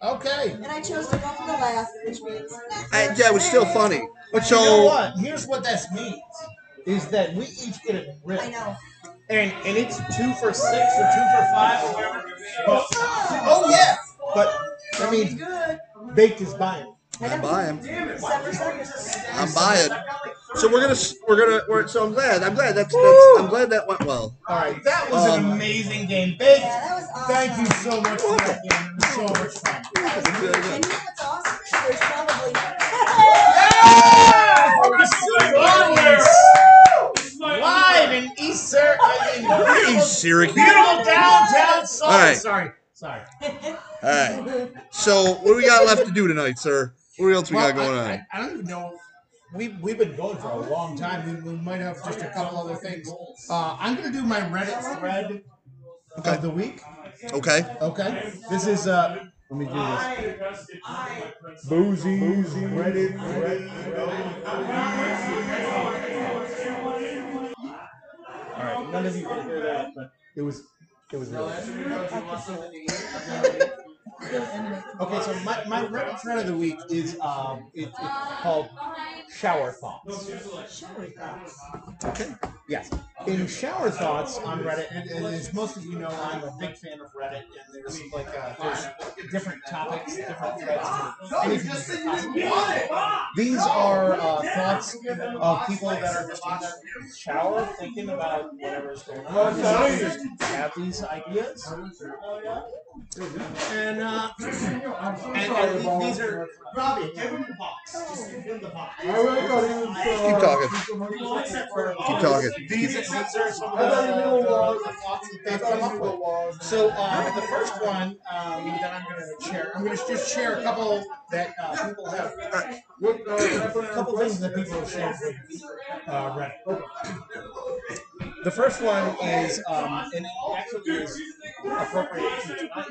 Speaker 2: Okay.
Speaker 4: And I chose to go for the laugh, which means
Speaker 3: I, that was still funny.
Speaker 2: But you know
Speaker 3: So
Speaker 2: what? Here's what this means: is that we each get a rip.
Speaker 4: I know.
Speaker 2: and and it's two for six or two for five or whatever. But, oh yeah, but I
Speaker 4: It's
Speaker 2: mean,
Speaker 4: good.
Speaker 2: baked is buying.
Speaker 3: I'm buying.
Speaker 4: December second.
Speaker 3: I'm buying. So we're gonna s- we're gonna we're, so I'm glad I'm glad that's, that's I'm glad that went well.
Speaker 2: All right, that was an
Speaker 3: Um,
Speaker 2: amazing game, baked.
Speaker 4: Yeah, that was awesome.
Speaker 2: Thank you so much for that game. It was so much fun.
Speaker 4: That was
Speaker 3: Very
Speaker 4: really
Speaker 3: good.
Speaker 4: good. And you know what's awesome? There's probably.
Speaker 2: Live in East Syracuse.
Speaker 3: Hey, Syracuse.
Speaker 2: Beautiful downtown Sorry,
Speaker 3: All right.
Speaker 2: Sorry. Sorry.
Speaker 3: All right. So what do we got left to do tonight, sir? What else we got
Speaker 2: Well,
Speaker 3: going
Speaker 2: I,
Speaker 3: on?
Speaker 2: I, I don't even know. We, we've been going for a long time. We, we might have just a couple other things. Uh, I'm going to do my Reddit thread
Speaker 3: Okay.
Speaker 2: of the week.
Speaker 3: Okay.
Speaker 2: Okay. This is, uh, let me do this. Boozy's Reddit thread. All right. None of you can hear that, but it was, it was really. Okay, so my, my Reddit thread of the week is um, it, it's called Shower Thoughts.
Speaker 3: Okay.
Speaker 2: Yes. In Shower Thoughts on Reddit, and, and as most of you know, I'm a big fan of Reddit, and there's like uh, there's different topics, different threads. to anything. These are uh, thoughts of people that are just in their shower thinking about whatever's going on. Have these ideas, and uh, and, and these are
Speaker 5: Robbie, give him the box. Just give him the box.
Speaker 2: uh,
Speaker 3: Keep talking. Keep talking.
Speaker 2: These these are some of the, the- the thoughts that they've come up with. So uh, the first one um, that I'm going to share, I'm going to just share a couple that uh, people have, uh, a couple things that people have shared with uh, Reddit. The first one is, um, and it actually is appropriate to tonight.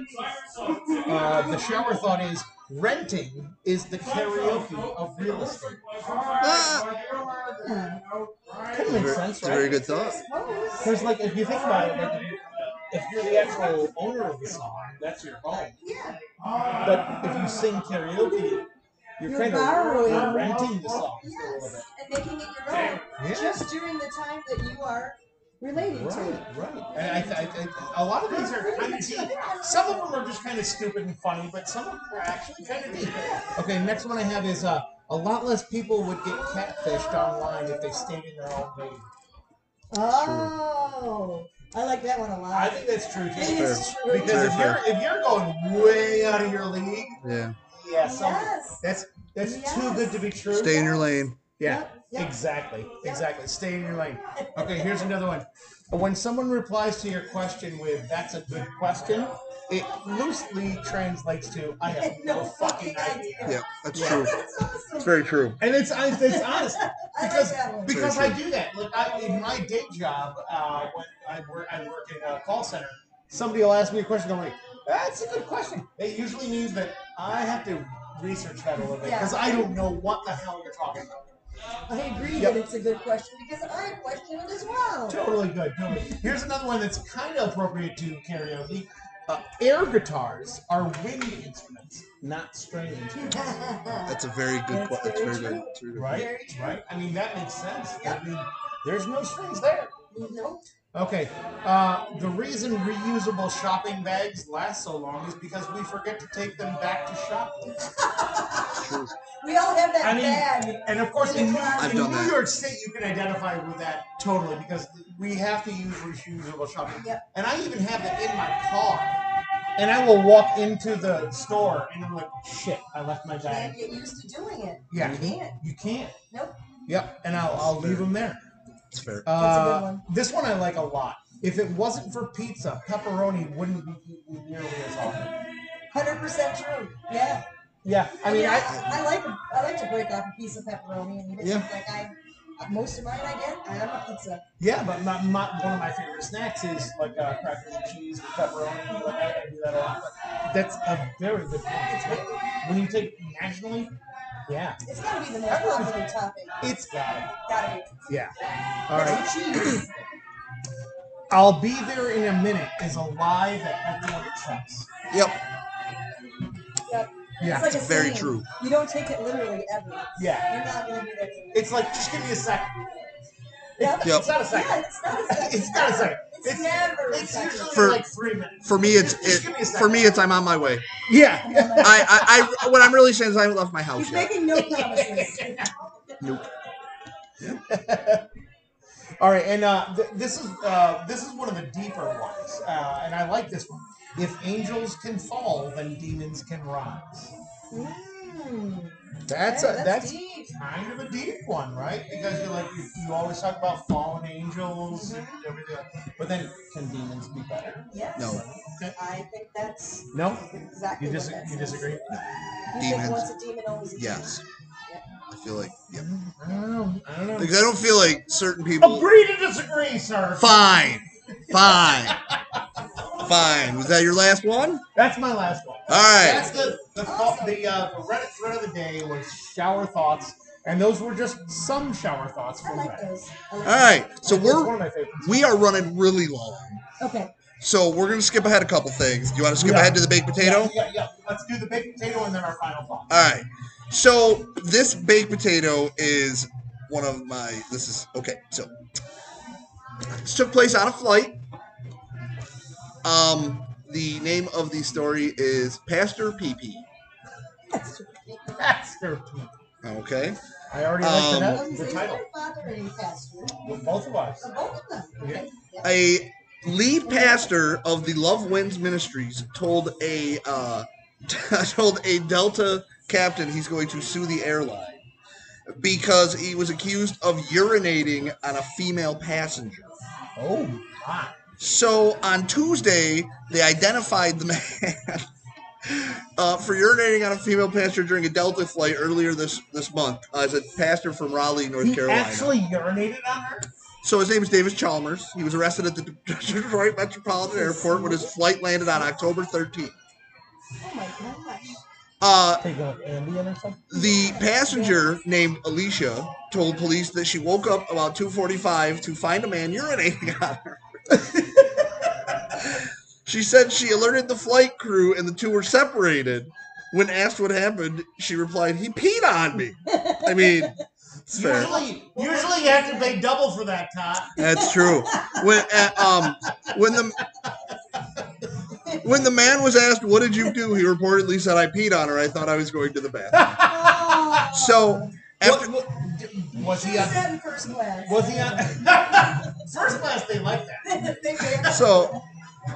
Speaker 2: Uh, the shower thought is renting is the karaoke of real estate.
Speaker 3: Ah,
Speaker 2: Kind of makes sense,
Speaker 3: it's a very
Speaker 2: right?
Speaker 3: good thought.
Speaker 2: Because, like, if you think about it, like, if you're the actual owner of the song, that's your home.
Speaker 4: Yeah.
Speaker 2: But if you sing karaoke, you're,
Speaker 4: You're
Speaker 2: kind
Speaker 4: borrowing.
Speaker 2: of renting the song for a little
Speaker 4: Yes. And making it your own.
Speaker 2: bit.
Speaker 4: Just during the time that you are relating to it.
Speaker 2: Right, right. And I, I, I, a lot of these are kind of deep. Some of them are just kind of stupid and funny, but some of them are actually kind of deep. Okay, next one I have is uh, a lot less people would get catfished online if they stayed in their own lane.
Speaker 4: Oh. I like that one a lot.
Speaker 2: I think that's true
Speaker 4: It
Speaker 2: too.
Speaker 4: is true.
Speaker 2: Because if you're if you're going way out of your league,
Speaker 3: Yeah.
Speaker 2: yeah, something
Speaker 4: Yes.
Speaker 2: That's that's too
Speaker 4: Yes.
Speaker 2: good to be true.
Speaker 3: Stay in your lane.
Speaker 2: yeah,
Speaker 4: Yep, yep.
Speaker 2: exactly,
Speaker 4: Yep.
Speaker 2: exactly. Stay in your lane. Okay, here's another one. When someone replies to your question with "That's a good question," it loosely translates to "I have no fucking idea,"
Speaker 3: Yeah, that's
Speaker 2: Yeah.
Speaker 3: true.
Speaker 4: That's
Speaker 3: It's
Speaker 4: awesome.
Speaker 3: very true.
Speaker 2: and it's I- it's honest
Speaker 4: I like
Speaker 2: because
Speaker 4: that one.
Speaker 2: because
Speaker 3: Very
Speaker 2: I
Speaker 3: true.
Speaker 2: do that. Like I, in my day job, uh, when I work I work in a call center, somebody will ask me a question. I'm like, "That's a good question." It usually means that I have to research that a little bit because I don't know what the hell you're talking about.
Speaker 4: I agree
Speaker 2: Yep.
Speaker 4: that it's a good question because I question it as well.
Speaker 2: Totally good. Totally. Here's another one that's kind of appropriate to karaoke. Uh, air guitars are wind instruments, not string instruments.
Speaker 3: That's a very good. que- That's very good. That's very good.
Speaker 2: Right? Right? I mean, that makes sense. I mean, there's no strings there.
Speaker 4: Nope.
Speaker 2: Okay. Uh, the reason reusable shopping bags last so long is because we forget to take them back to shop. with.
Speaker 4: We all have that
Speaker 2: I mean,
Speaker 4: bag.
Speaker 2: And of course, in, New-
Speaker 4: I've
Speaker 2: in
Speaker 3: done
Speaker 2: New
Speaker 3: that.
Speaker 2: York State, you can identify with that totally because we have to use reusable shopping.
Speaker 4: Yep.
Speaker 2: And I even have it in my car. And I will walk into the store and I'm like, shit, I left my
Speaker 4: Can't
Speaker 2: bag.
Speaker 4: get used to doing it.
Speaker 2: Yeah,
Speaker 4: You can't.
Speaker 2: you can't.
Speaker 4: Nope.
Speaker 2: Yep. And I'll, I'll leave them there.
Speaker 3: It's fair.
Speaker 4: That's a
Speaker 2: Uh,
Speaker 4: good one.
Speaker 2: This one I like a lot. If it wasn't for pizza, pepperoni wouldn't be eaten nearly as often.
Speaker 4: Hundred percent true. Yeah.
Speaker 2: Yeah, I mean, I,
Speaker 4: I, I like I like to break off a piece of pepperoni and eat it.
Speaker 3: Yeah.
Speaker 4: Like I, most of mine I get. I'm a pizza.
Speaker 2: Yeah, but my, my, one of my favorite snacks is like uh, crackers and cheese with pepperoni. Like, I, I do that a lot. But that's a very good point. When you take nationally, yeah,
Speaker 4: It's got to be the most popular topping.
Speaker 2: it's got it.
Speaker 4: Got it.
Speaker 2: Yeah. All right.
Speaker 4: Cheese.
Speaker 2: I'll be there in a minute is a lie that everyone accepts.
Speaker 3: Yep.
Speaker 4: Yep.
Speaker 2: Yeah.
Speaker 4: It's like a
Speaker 3: very
Speaker 4: saying.
Speaker 3: true.
Speaker 4: You don't take it literally ever.
Speaker 2: Yeah.
Speaker 4: You're not gonna do that. to me.
Speaker 2: It's like, just give me a second.
Speaker 4: Yep.
Speaker 2: It's not a second.
Speaker 4: Yeah, it's not a second.
Speaker 2: It's not a second.
Speaker 5: It's never. It's usually
Speaker 3: For-
Speaker 5: like three minutes.
Speaker 3: For me, it's
Speaker 5: Just give me a
Speaker 3: it,
Speaker 5: second.
Speaker 3: for me it's I'm on my way.
Speaker 2: Yeah.
Speaker 3: I, I, I what I'm really saying is I haven't left my house
Speaker 4: He's
Speaker 3: yet.
Speaker 4: making no promises.
Speaker 2: All right, and uh, th- this is uh, this is one of the deeper ones, uh, and I like this one. If angels can fall, then demons can rise.
Speaker 4: Mm.
Speaker 2: That's
Speaker 4: Yeah,
Speaker 2: a,
Speaker 4: that's
Speaker 2: that's, kind of a deep one, right? Because you're like you, you always talk about fallen angels and everything, but then can demons be better?
Speaker 4: Yes.
Speaker 3: No.
Speaker 4: I think that's
Speaker 2: No,
Speaker 4: exactly
Speaker 2: you
Speaker 4: what
Speaker 2: dis-
Speaker 4: that
Speaker 2: you
Speaker 4: says.
Speaker 2: disagree?
Speaker 4: You
Speaker 3: Demons.
Speaker 4: think once a demon, always a demon.
Speaker 3: Yes. I feel like yeah.
Speaker 2: I don't know. I don't know.
Speaker 3: Like, I don't feel like certain people
Speaker 2: Agree to disagree, sir.
Speaker 3: Fine. Fine. Fine. Was that your last one?
Speaker 2: That's my last one.
Speaker 3: All right.
Speaker 2: That's the the, thought, the uh, the Reddit thread of the day was shower thoughts, and those were just some shower thoughts
Speaker 4: I
Speaker 2: from
Speaker 4: like
Speaker 2: Reddit.
Speaker 4: those. I like
Speaker 3: All right. So
Speaker 2: It's one
Speaker 3: we're
Speaker 2: of my favorites.
Speaker 3: we are running really long.
Speaker 4: those. Okay.
Speaker 3: So we're gonna skip ahead a couple things. You want to skip
Speaker 2: Yeah.
Speaker 3: ahead to the baked potato?
Speaker 2: Yeah, yeah, yeah. Let's do the baked potato and then our final thought.
Speaker 3: All right. So this baked potato is one of my. This is okay. So this took place on a flight. Um, the name of the story is Pastor PP.
Speaker 4: That's
Speaker 2: Pastor Pete.
Speaker 3: Okay.
Speaker 2: I already liked
Speaker 3: Um,
Speaker 2: the
Speaker 4: Doesn't
Speaker 2: net- the,
Speaker 4: say
Speaker 2: title.
Speaker 4: your father or your pastor.
Speaker 2: With both of us.
Speaker 4: So both of them.
Speaker 2: Yeah.
Speaker 3: A lead pastor of the Love Wins Ministries told a uh, told a Delta captain he's going to sue the airline because he was accused of urinating on a female passenger.
Speaker 2: Oh my.
Speaker 3: So on Tuesday, they identified the man uh, for urinating on a female passenger during a Delta flight earlier this this month uh, as a pastor from Raleigh, North
Speaker 2: He
Speaker 3: Carolina.
Speaker 2: actually urinated on her?
Speaker 3: so his name is Davis Chalmers. He was arrested at the D- Detroit Metropolitan Airport when his flight landed on October 13th.
Speaker 4: Oh my gosh.
Speaker 3: Uh,
Speaker 2: Take a Ambien or something?
Speaker 3: the passenger named Alicia told police that she woke up about 2:45 to find a man urinating on her. she said she alerted the flight crew and the two were separated. When asked what happened, she replied, "He peed on me." I mean, it's fair.
Speaker 2: Usually, usually you have to pay double for that, Todd.
Speaker 3: That's true. When uh, um when the when the man was asked, "What did you do?" he reportedly said, "I peed on her. I thought I was going to the bathroom."
Speaker 4: Oh.
Speaker 3: So after,
Speaker 2: What- what- d- was
Speaker 4: Should
Speaker 2: he
Speaker 4: have
Speaker 2: on?
Speaker 4: sat in first class.
Speaker 2: Was he on? First class, they like that.
Speaker 4: They did.
Speaker 3: So,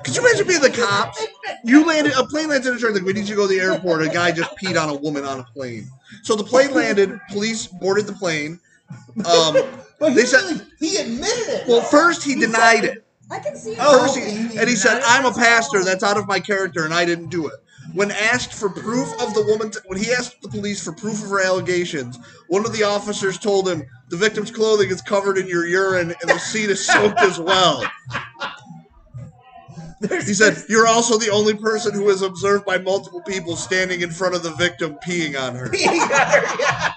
Speaker 3: could you imagine being the cops? You landed a plane lands in a truck. Like we need you to go to the airport. A guy just peed on a woman on a plane. So the plane landed. Police boarded the plane. Um,
Speaker 2: But he,
Speaker 3: They said-
Speaker 2: really, he admitted it.
Speaker 3: well, first he denied it.
Speaker 4: I can see
Speaker 2: Oh,
Speaker 4: it.
Speaker 3: First he, and he said, "I'm a pastor. That's out of my character, and I didn't do it." When asked for proof of the woman's, when he asked the police for proof of her allegations, one of the officers told him the victim's clothing is covered in your urine and the seat is soaked as well. He said, You're also the only person who is observed by multiple people standing in front of the victim peeing on her. The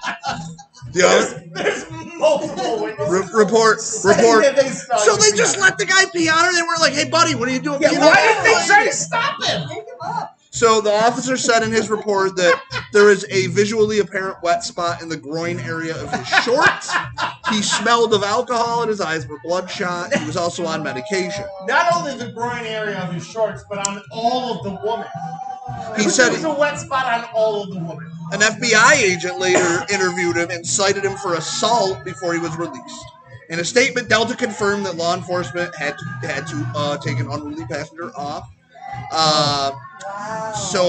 Speaker 3: other,
Speaker 2: There's multiple witnesses.
Speaker 3: re- report,
Speaker 2: saying
Speaker 3: report.
Speaker 2: that they saw
Speaker 3: So
Speaker 2: you
Speaker 3: they
Speaker 2: peeing
Speaker 3: just
Speaker 2: on
Speaker 3: let the guy pee on her. They were like, Hey, buddy, what are you doing?
Speaker 2: her.
Speaker 3: peeing
Speaker 2: Yeah,
Speaker 3: on
Speaker 2: why
Speaker 3: her?"
Speaker 2: did they try to stop him?
Speaker 4: Pick him up.
Speaker 3: So the officer said in his report that there is a visually apparent wet spot in the groin area of his shorts. He smelled of alcohol and his eyes were bloodshot. He was also on medication.
Speaker 2: Not only the groin area of his shorts, but on all of the woman.
Speaker 3: He said
Speaker 2: there's a wet spot on all of the woman.
Speaker 3: an FBI agent later interviewed him and cited him for assault before he was released. In a statement, Delta confirmed that law enforcement had to, had to uh, take an unruly passenger off. Uh,
Speaker 4: Wow.
Speaker 3: so,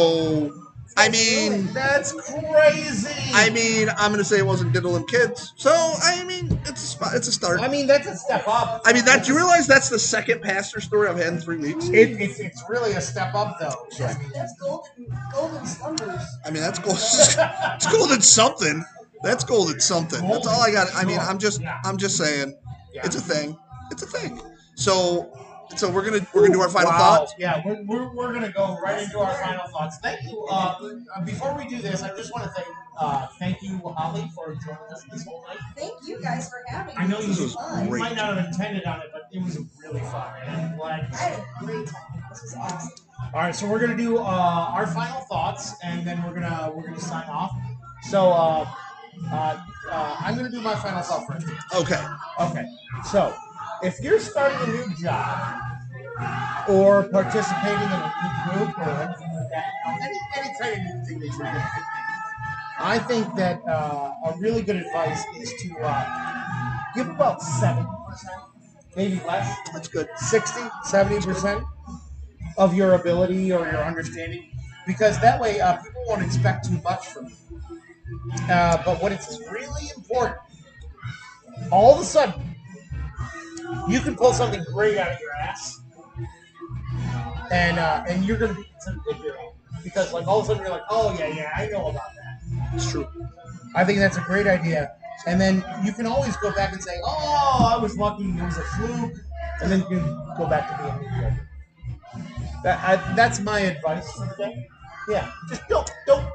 Speaker 3: I mean,
Speaker 2: That's crazy.
Speaker 3: I mean, I'm gonna say it wasn't diddling kids. So, I mean, it's a spot, it's a start.
Speaker 2: I mean, that's a step up.
Speaker 3: I mean, that do you realize that's the second pastor story I've had in three weeks?
Speaker 2: It, it's, it's really a step up, though.
Speaker 3: Yeah.
Speaker 4: That's golden, golden slumbers.
Speaker 3: I mean, that's gold. it's golden something. That's golden something. That's all I got. I mean, I'm just, I'm just saying.
Speaker 2: Yeah.
Speaker 3: It's a thing. It's a thing. So, so we're gonna we're gonna do our final
Speaker 2: wow.
Speaker 3: thoughts.
Speaker 2: Yeah, we're, we're, we're going to go right into our final thoughts. Thank you. Uh, before we do this, I just want to thank uh, thank you, Holly, for joining us this whole night.
Speaker 4: Thank you guys for having me.
Speaker 2: I know you,
Speaker 3: This
Speaker 4: This
Speaker 3: was
Speaker 4: was fun.
Speaker 2: you
Speaker 3: great.
Speaker 2: might not have intended on it, but it was really fun. And I'm glad.
Speaker 4: I had a great time. This was awesome.
Speaker 2: All right, so we're gonna do uh, our final thoughts, and then we're gonna we're gonna sign off. So uh, uh, uh, I'm gonna do my final thought first.
Speaker 3: Okay.
Speaker 2: Okay. So if you're starting a new job, or participating in a group or anything like that. Any, any kind of new thing that you're doing. I think that uh, a really good advice is to uh, give about 70%, maybe less,
Speaker 3: That's good.
Speaker 2: 60, 70% of your ability or your understanding because that way uh, people won't expect too much from you. Uh, but when it's really important, all of a sudden, you can pull something great out of your ass and uh, and you're going to be considered ignorant because like all of a sudden you're like, oh, yeah, yeah, I know about that.
Speaker 3: It's true.
Speaker 2: I think that's a great idea. And then you can always go back and say, "Oh, I was lucky; it was a fluke," and then you can go back to being mediocre. That I, that's my advice for the day. Yeah, just don't don't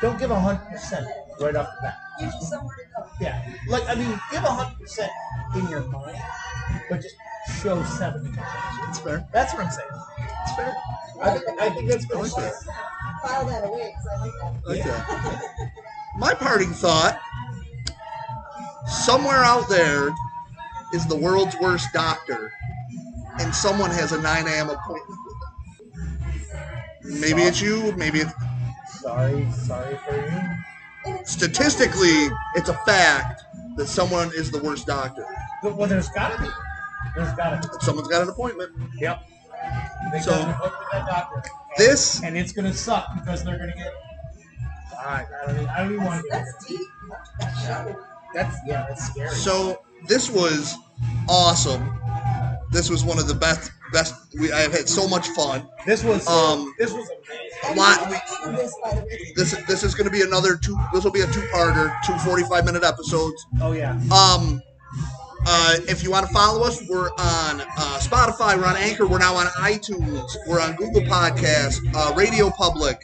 Speaker 2: don't give hundred percent right off the bat.
Speaker 4: Give you somewhere to go.
Speaker 2: Yeah, like I mean, give hundred percent in your mind, but just show seventy percent.
Speaker 3: It's fair.
Speaker 2: That's what I'm saying.
Speaker 3: It's fair.
Speaker 2: I think, I think that's
Speaker 3: I
Speaker 2: good.
Speaker 3: like that.
Speaker 4: File that away because I like that.
Speaker 3: I like that. My parting thought somewhere out there is the world's worst doctor, and someone has a 9 a.m. appointment with them. Maybe it's you, maybe it's
Speaker 2: Sorry, sorry for you.
Speaker 4: And it's-
Speaker 3: statistically, it's a fact that someone is the worst doctor.
Speaker 2: But, well, there's gotta be. There's gotta be.
Speaker 3: Someone's got an appointment.
Speaker 2: Yep. They
Speaker 3: So-
Speaker 2: so, got hooked with that doctor. And-
Speaker 3: This-
Speaker 2: and it's gonna suck because they're gonna get. I I don't even, I don't even want
Speaker 4: That's,
Speaker 2: to.
Speaker 4: that's deep.
Speaker 2: That's yeah, that's scary.
Speaker 3: So this was awesome. This was one of the best best we I've had so much fun.
Speaker 2: this was
Speaker 3: Um,
Speaker 2: this was amazing.
Speaker 4: I
Speaker 3: Lot-
Speaker 4: didn't do this, by the way.
Speaker 3: This this is going to be another two. This will be a two-parter, two 45 minute episodes.
Speaker 2: Oh yeah,
Speaker 3: Um, uh, if you want to follow us, we're on uh, Spotify, we're on Anchor, we're now on iTunes, we're on Google Podcasts, uh, Radio Public.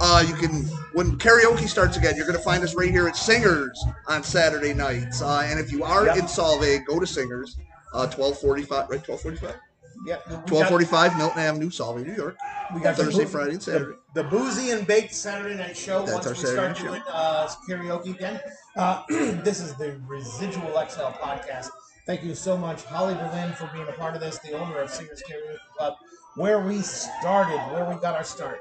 Speaker 3: Uh, you can when karaoke starts again, you're gonna find us right here at Singers on Saturday nights. Uh, and if you are
Speaker 2: Yep.
Speaker 3: in Solvay, go to Singers, uh, 1245, right? 1245.
Speaker 2: yeah.
Speaker 3: Twelve forty-five, Milton Avenue, Solvay, New York.
Speaker 2: We got the
Speaker 3: Thursday,
Speaker 2: boo-
Speaker 3: Friday, and Saturday.
Speaker 2: The, the boozy and baked Saturday night show.
Speaker 3: That's
Speaker 2: Once
Speaker 3: our
Speaker 2: we
Speaker 3: Saturday
Speaker 2: start doing
Speaker 3: night
Speaker 2: uh, karaoke again, uh, this is the Residual XL podcast. Thank you so much, Holly Berlin, for being a part of this. The owner of Singers Karaoke Club, where we started, where we got our start,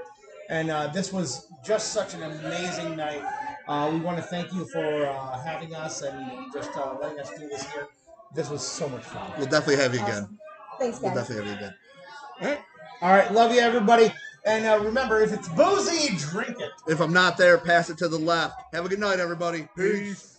Speaker 2: and uh, this was just such an amazing night. Uh, we want to thank you for uh, having us and just uh, letting us do this here. This was so much fun.
Speaker 3: We'll definitely have you again.
Speaker 4: Awesome. Thanks,
Speaker 3: We'll
Speaker 4: guys.
Speaker 3: definitely have you again.
Speaker 2: All right, love you, everybody. And uh, remember, if it's boozy, drink it.
Speaker 3: If I'm not there, pass it to the left. Have a good night, everybody. Peace.